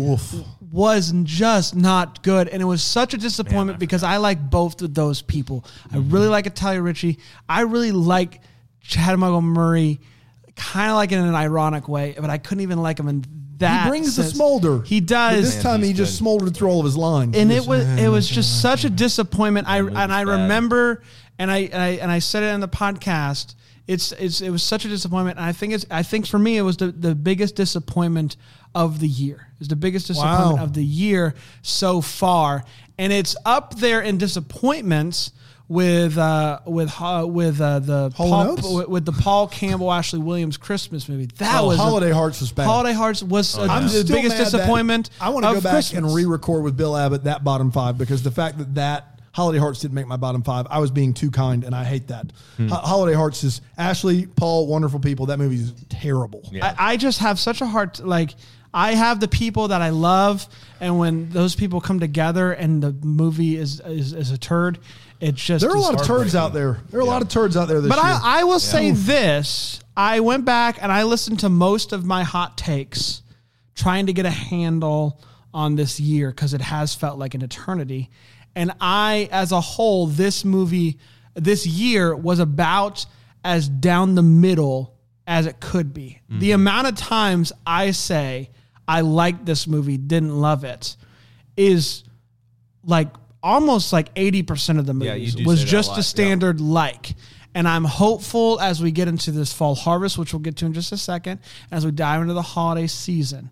was just not good. And it was such a disappointment because I like both of those people. I really like Italia Ritchie. I really like Chad Michael Murray, kind of like in an ironic way, but I couldn't even like him in that. He brings the sense. smolder. He But does. this time he he's just good. smoldered through all of his lines. and He it just- was it was just such a disappointment. I movie's and I bad. remember and I, and I and I said it in the podcast. It's it's it was such a disappointment. And I think it's I think for me it was the, the biggest disappointment of the year. It's the biggest disappointment Wow. of the year so far, and it's up there in disappointments with uh with uh, with uh, the Hall Paul, and Oates? with, with the Paul Campbell Ashley Williams Christmas movie. That Oh, was a- Holiday Hearts was bad. Holiday Hearts was uh, I'm the still biggest mad that- disappointment. I want to of go back and Christmas. re-record with Bill Abbott that bottom five because the fact that that Holiday Hearts didn't make my bottom five, I was being too kind, and I hate that. Hmm. Ho- Holiday Hearts is Ashley, Paul, wonderful people. That movie is terrible. I, I just have such a hard t- like I have the people that I love, and when those people come together and the movie is is, is a turd, it's just There are a is lot of turds out there. There are a lot of turds out there this But year. I, I will say this: I went back and I listened to most of my hot takes, trying to get a handle on this year because it has felt like an eternity. And I, as a whole, this movie, this year was about as down the middle as it could be. Mm-hmm. The amount of times I say I liked this movie, didn't love it, is like almost like 80% of the Yeah, you movies do was say that a just a lot, yeah. standard like and i'm hopeful as we get into this fall harvest which we'll get to in just a second as we dive into the holiday season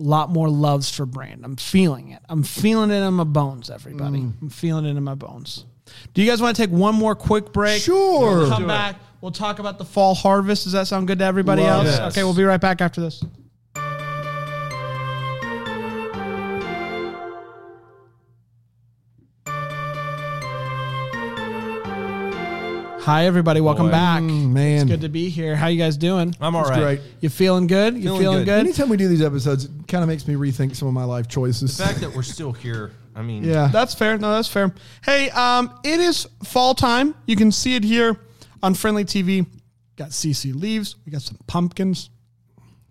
a lot more loves for brand i'm feeling it i'm feeling it in my bones everybody i'm feeling it in my bones do you guys want to take one more quick break Sure. we'll Do come it. back we'll talk about the fall harvest does that sound good to everybody Love else it. okay we'll be right back after this Hi everybody, welcome Boy. back. man. It's good to be here. How you guys doing? I'm all It's right. great. Mm, You feeling good? You feeling, Feeling good. good? Anytime we do these episodes, it kind of makes me rethink some of my life choices. The fact that we're still here, I mean, yeah. That's fair. No, that's fair. Hey, um, it is fall time. You can see it here on Friendly TV. Got CC leaves. We got some pumpkins.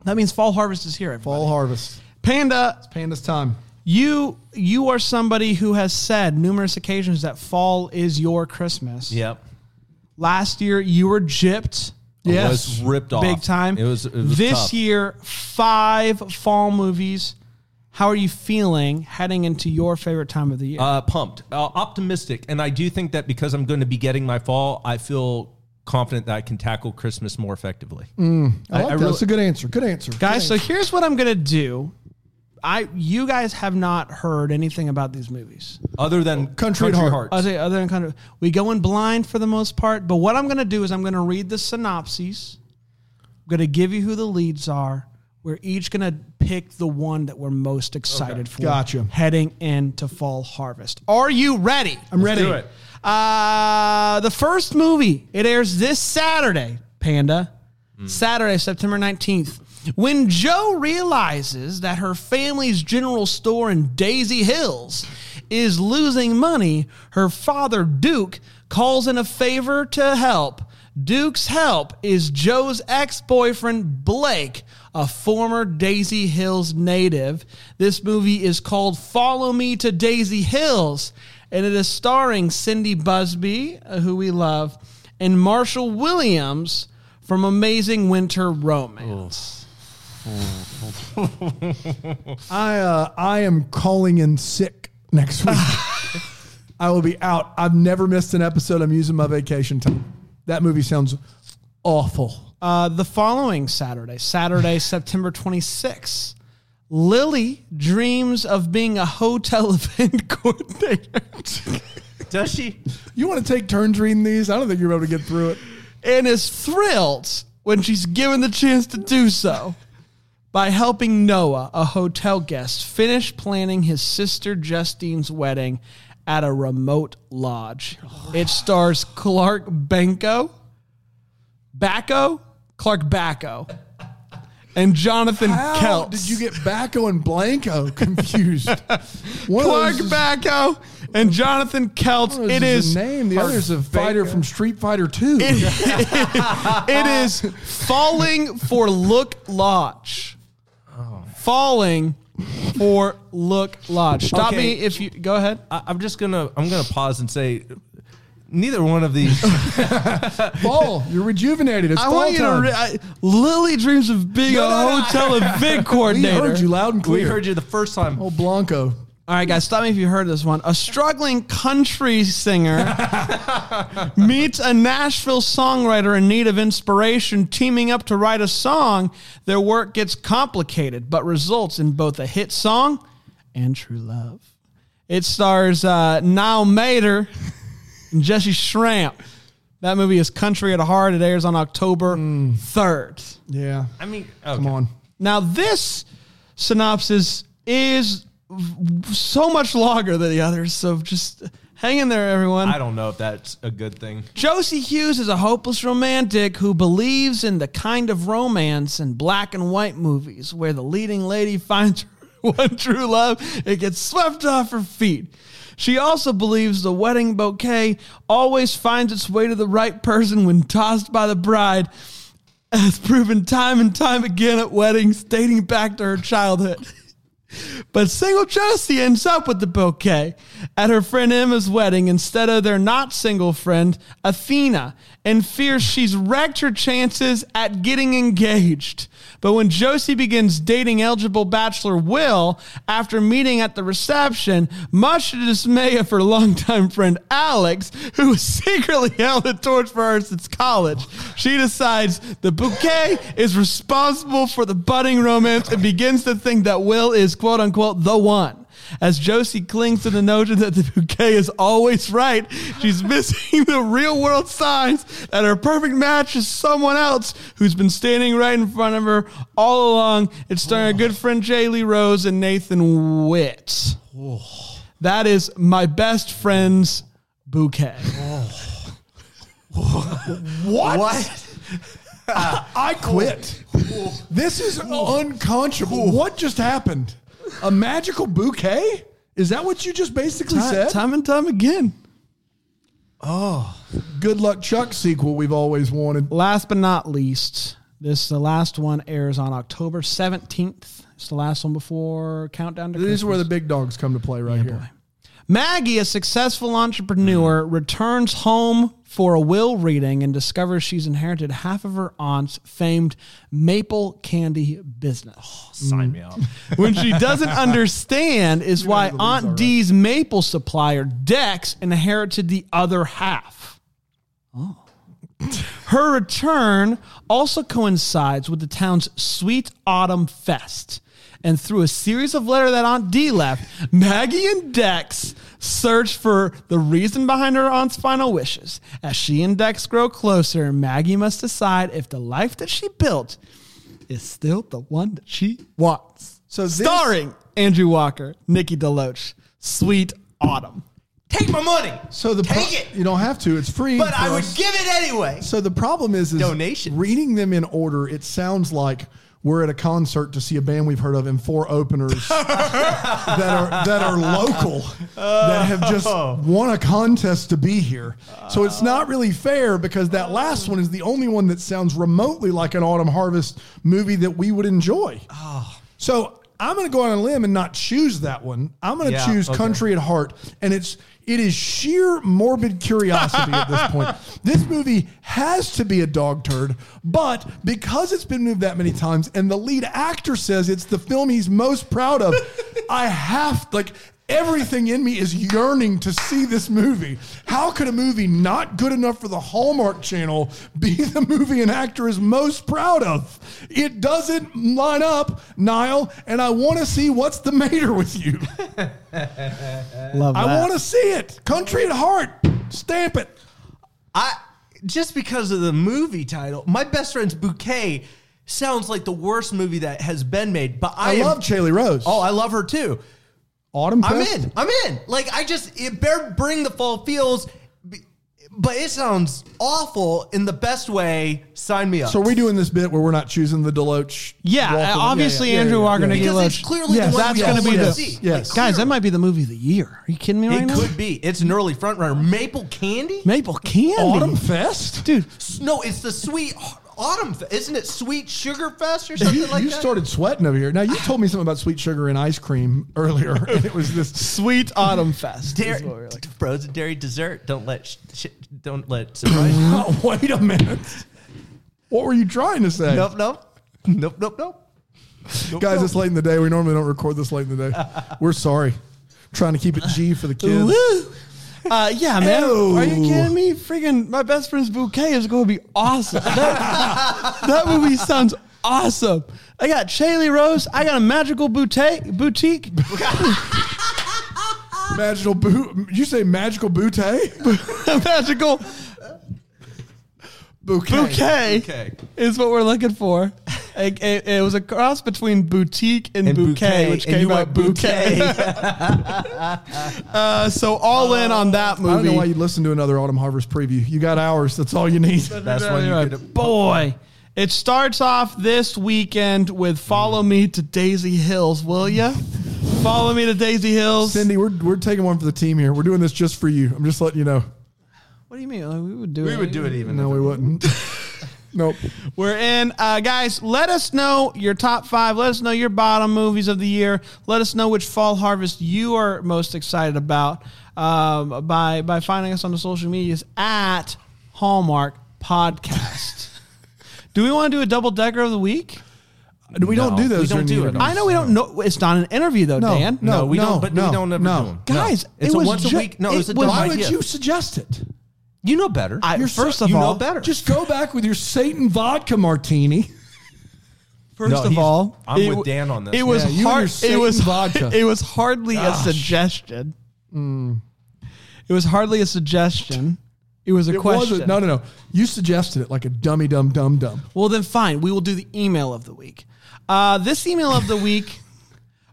That means fall harvest is here. everybody. Fall harvest. Panda, Panda's time. you you are somebody who has said numerous occasions that fall is your Christmas. Yep. Last year you were gypped. Yes. was ripped off. Big time. It was- it was this tough. year, five fall movies. How are you feeling heading into your favorite time of the year? Uh, pumped, uh, optimistic, and I do think that because I'm going to be getting my fall, I feel confident that I can tackle Christmas more effectively. Mm. I, like I that. really- That's a good answer. Good answer. guys so here's what i'm gonna do i you guys have not heard anything about these movies Other than Country at Heart. other, other than kind of we go in blind for the most part but what i'm gonna do is i'm gonna read the synopses i'm gonna give you who the leads are we're each gonna pick the one that we're most excited for Gotcha. heading into fall harvest are you ready I'm ready. do it. uh, the first movie, it airs this Saturday, Panda. Mm. Saturday, September 19th. When Joe realizes that her family's general store in Daisy Hills is losing money, her father, Duke, calls in a favor to help. Duke's help is Joe's ex boyfriend, Blake, a former Daisy Hills native. This movie is called Follow Me to Daisy Hills, and it is starring Cindy Busby, uh, who we love, and Marshall Williams from Amazing Winter Romance. I uh, I am calling in sick next week. I will be out. I've never missed an episode. I'm using my vacation time. That movie sounds awful. Uh, the following Saturday, Saturday, September 26th, Lily dreams of being a hotel event coordinator. Does she? You want to take turns reading these? I don't think you're able to get through it. and is thrilled when she's given the chance to do so by helping Noah, a hotel guest, finish planning his sister Justine's wedding at a remote lodge. It stars Clark Benko, Backo, Clark Backo, and Jonathan How Kelts. did you get Bacco and Blanco confused? One Clark of those is- Backo and Jonathan Kelts? one of those It is a name. The Clark other's a fighter Benko. from Street Fighter Two. it is falling for look lodge. Falling for look lodge. Stop Okay. me if you go ahead. I, I'm just gonna I'm gonna pause and say, neither one of these. fall. You're rejuvenated. It's I fall want you to. time. Re- I, Lily dreams of being No, a no, no. hotel event we coordinator. heard you loud and clear. we heard you the first time. Oh, Blanco. All right, guys, stop me if you heard this one. A struggling country singer meets a Nashville songwriter in need of inspiration, teaming up to write a song. Their work gets complicated, but results in both a hit song and true love. It stars uh, Niall Mater and Jesse Schrampp. That movie is Country at Heart. It airs on October 3rd. Yeah. I mean, Come on. Now, this synopsis is v- so much longer than the others. So just Hang in there, everyone. I don't know if that's a good thing. Josie Hughes is a hopeless romantic who believes in the kind of romance in black and white movies where the leading lady finds her one true love and gets swept off her feet. She also believes the wedding bouquet always finds its way to the right person when tossed by the bride, as proven time and time again at weddings dating back to her childhood. But single Josie ends up with the bouquet at her friend Emma's wedding instead of their not single friend, Athena, and fears she's wrecked her chances at getting engaged. But when Josie begins dating eligible bachelor Will after meeting at the reception, much to the dismay of her longtime friend Alex, who has secretly held a torch for her since college, she decides the bouquet is responsible for the budding romance and begins to think that Will is quote unquote the one. As Josie clings to the notion that the bouquet is always right, she's missing the real world signs that her perfect match is someone else who's been standing right in front of her all along. It's starring our good friend Jay Lee Rose and Nathan Witt. That is my best friend's bouquet. What? I quit. This is unconscionable. What just happened? A magical bouquet? Is that what you just basically Time, said? time and time again. Good Luck Chuck sequel we've always wanted. last but not least, this the last one airs on October seventeenth. It's the last one before countdown to. This Christmas. is where the big dogs come to play right here. Maggie, a successful entrepreneur, returns home for a will reading and discovers she's inherited half of her aunt's famed maple candy business. Sign me up. When she doesn't understand is why Aunt Dee's maple supplier, Dex, inherited the other half. Oh. Her return also coincides with the town's Sweet Autumn Fest. And through a series of letters that Aunt Dee left, Maggie and Dex search for the reason behind her aunt's final wishes. As she and Dex grow closer, Maggie must decide if the life that she built is still the one that she wants. So this- starring Andrew Walker, Nikki DeLoach, Sweet Autumn. Take my money. So the Take it. You don't have to. It's free. But for I would us. give it anyway. So the problem is, is Donations. Reading them in order, it sounds like we're at a concert to see a band we've heard of and four openers that are that are local that have just Oh. won a contest to be here. So it's not really fair because that last one is the only one that sounds remotely like an autumn harvest movie that we would enjoy. Oh. So I'm going to go on a limb and not choose that one. I'm going to Yeah, choose okay. Country at Heart, and it's it is sheer morbid curiosity at this point. This movie has to be a dog turd, but because it's been moved that many times, and the lead actor says it's the film he's most proud of, I have like. Everything in me is yearning to see this movie. How could a movie not good enough for the Hallmark Channel be the movie an actor is most proud of? It doesn't line up, Niall, and I want to see what's the matter with you. Love that. I want to see it. Country at heart. Stamp it. I just because of the movie title, my best friend's bouquet sounds like the worst movie that has been made. But I, I, am- love Chaley Rose. Oh, I love her too. Autumn I'm Fest. in. I'm in. Like I just it better bring the fall feels, b- but it sounds awful in the best way. Sign me up. So are we doing this bit where we're not choosing the Deloach? yeah, Walker? obviously Andrew Walker, Nikki Because DeLoach. it's clearly Yes, the one that's we going to all be wanna the see. Like, yes. guys. That clearly. might be the movie of the year. Are you kidding me right It now? could be. It's an early frontrunner. Maple candy? Maple candy, Autumn Fest. dude. No, it's the sweet autumn. fe- Isn't it sweet sugar fest or something You, like you that? started sweating over here. Now you told me something about sweet sugar and ice cream earlier, and it was this. Sweet Autumn Fest. Dairy, is what we're like. frozen dairy dessert. Don't let sh- sh- don't let surprise. Oh, wait a minute. What were you trying to say? nope, nope, nope, nope, nope. Guys, it's late in the day. We normally don't record this late in the day. We're sorry. Trying to keep it G for the kids. Woo! Uh, yeah, man. Ew. Are you kidding me? Freaking my best friend's bouquet is going to be awesome. That, that movie sounds awesome. I got Chaley Rose. I got a magical boutique. Boutique. Magical boot. You say magical bouquet? magical Bouquet. bouquet Okay. is what we're looking for. It, it- it was a cross between boutique and, bouquet, which and came you out went bouquet. Uh, so all in on that movie. I don't know why you listen to another Autumn Harvest preview. You got ours. That's all you need. That's when you get it. Boy, it starts off this weekend with "Follow Me to Daisy Hills," will ya? Follow me to Daisy Hills. Cindy, we're, we're taking one for the team here. We're doing this just for you. I'm just letting you know. what do you mean? Like, we would do it. We would do it even. No, if we wouldn't. nope. We're in, uh, guys. Let us know your top five. Let us know your bottom movies of the year. Let us know which fall harvest you are most excited about um, by by finding us on the social medias at Hallmark Podcast. do we want to do a double decker of the week? We don't No, do we those. don't during the do it. interviews. I know we don't know. It's not an interview though, No, Dan. No, No, we no, don't. But no, we don't ever no. do them. No. Guys, it's it a was once ju- a week. No, it it's a was- dumb Why idea. would you suggest it? You know better. I- You're first so- of you all, know better. Just go back with your Satan vodka martini. First No, of Oh, he's- all, I'm it with w- Dan on this. It was Yeah, you and hard. your It Satan was vodka. Mm. It was hardly a suggestion. It was hardly a suggestion. It was a It question. wasn't. No, no, no. You suggested it like a dummy, dumb, dumb, dumb. Well, then fine. We will do the email of the week. Uh, this email of the week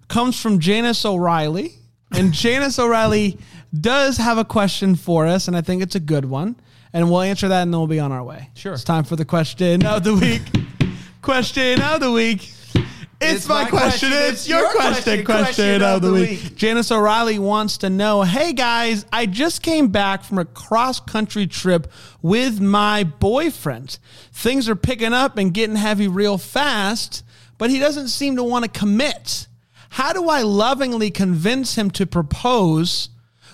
comes from Janice O'Reilly. And Janice O'Reilly does have a question for us, and I think it's a good one. And we'll answer that, and then we'll be on our way. Sure. It's time for the question of the week. question of the week. It's, my, question. It's your question. Question, of, the week. Janice O'Reilly wants to know Hey guys, I just came back from a cross country trip with my boyfriend. Things are picking up and getting heavy real fast, but he doesn't seem to want to commit. How do I lovingly convince him to propose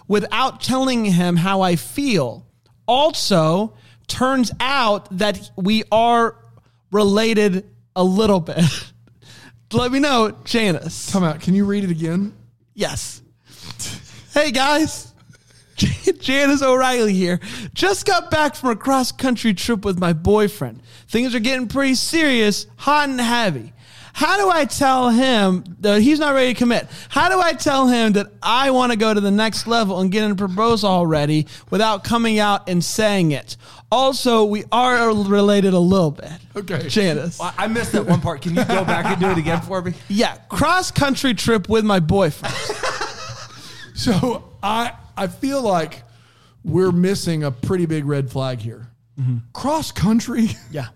without telling him how I feel? Also, turns out that we are related a little bit. Let me know, Janice. Come out. Can you read it again? Yes. Hey guys, Jan- Janice O'Reilly here. Just got back from a cross country trip with my boyfriend. Things are getting pretty serious, hot and heavy. How do I tell him that he's not ready to commit? How do I tell him that I want to go to the next level and get in a proposal already without coming out and saying it? Also, we are related a little bit. Okay. Janice. I I missed that one part. Can you go back and do it again for me? Yeah, cross country trip with my boyfriend. So I I feel like we're missing a pretty big red flag here. Cross country, Yeah.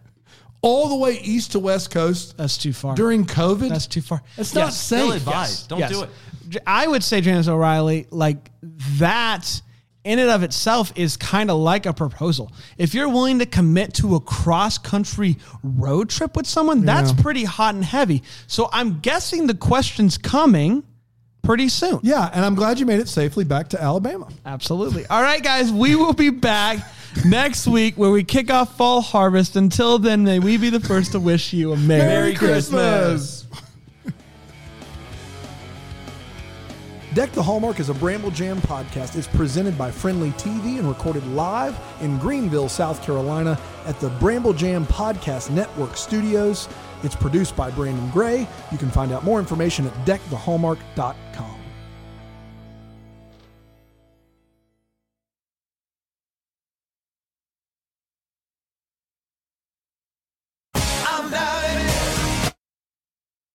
all the way east to west coast uh, That's too far. during COVID. That's too far. It's not Yes. safe. Still advised. Don't Yes. do it. J- I would say Janice O'Reilly, like that in and of itself is kind of like a proposal. If you're willing to commit to a cross country road trip with someone, that's Yeah. pretty hot and heavy. So I'm guessing the question's coming pretty soon. Yeah, and I'm glad you made it safely back to Alabama. Absolutely. All right, guys, we will be back next week where we kick off fall harvest. Until then, may we be the first to wish you a Merry, Deck the Hallmark is a Bramble Jam podcast. It's presented by Friendly TV and recorded live in Greenville, South Carolina at the Bramble Jam Podcast Network Studios. It's produced by Brandon Gray. You can find out more information at deckthehallmark.com.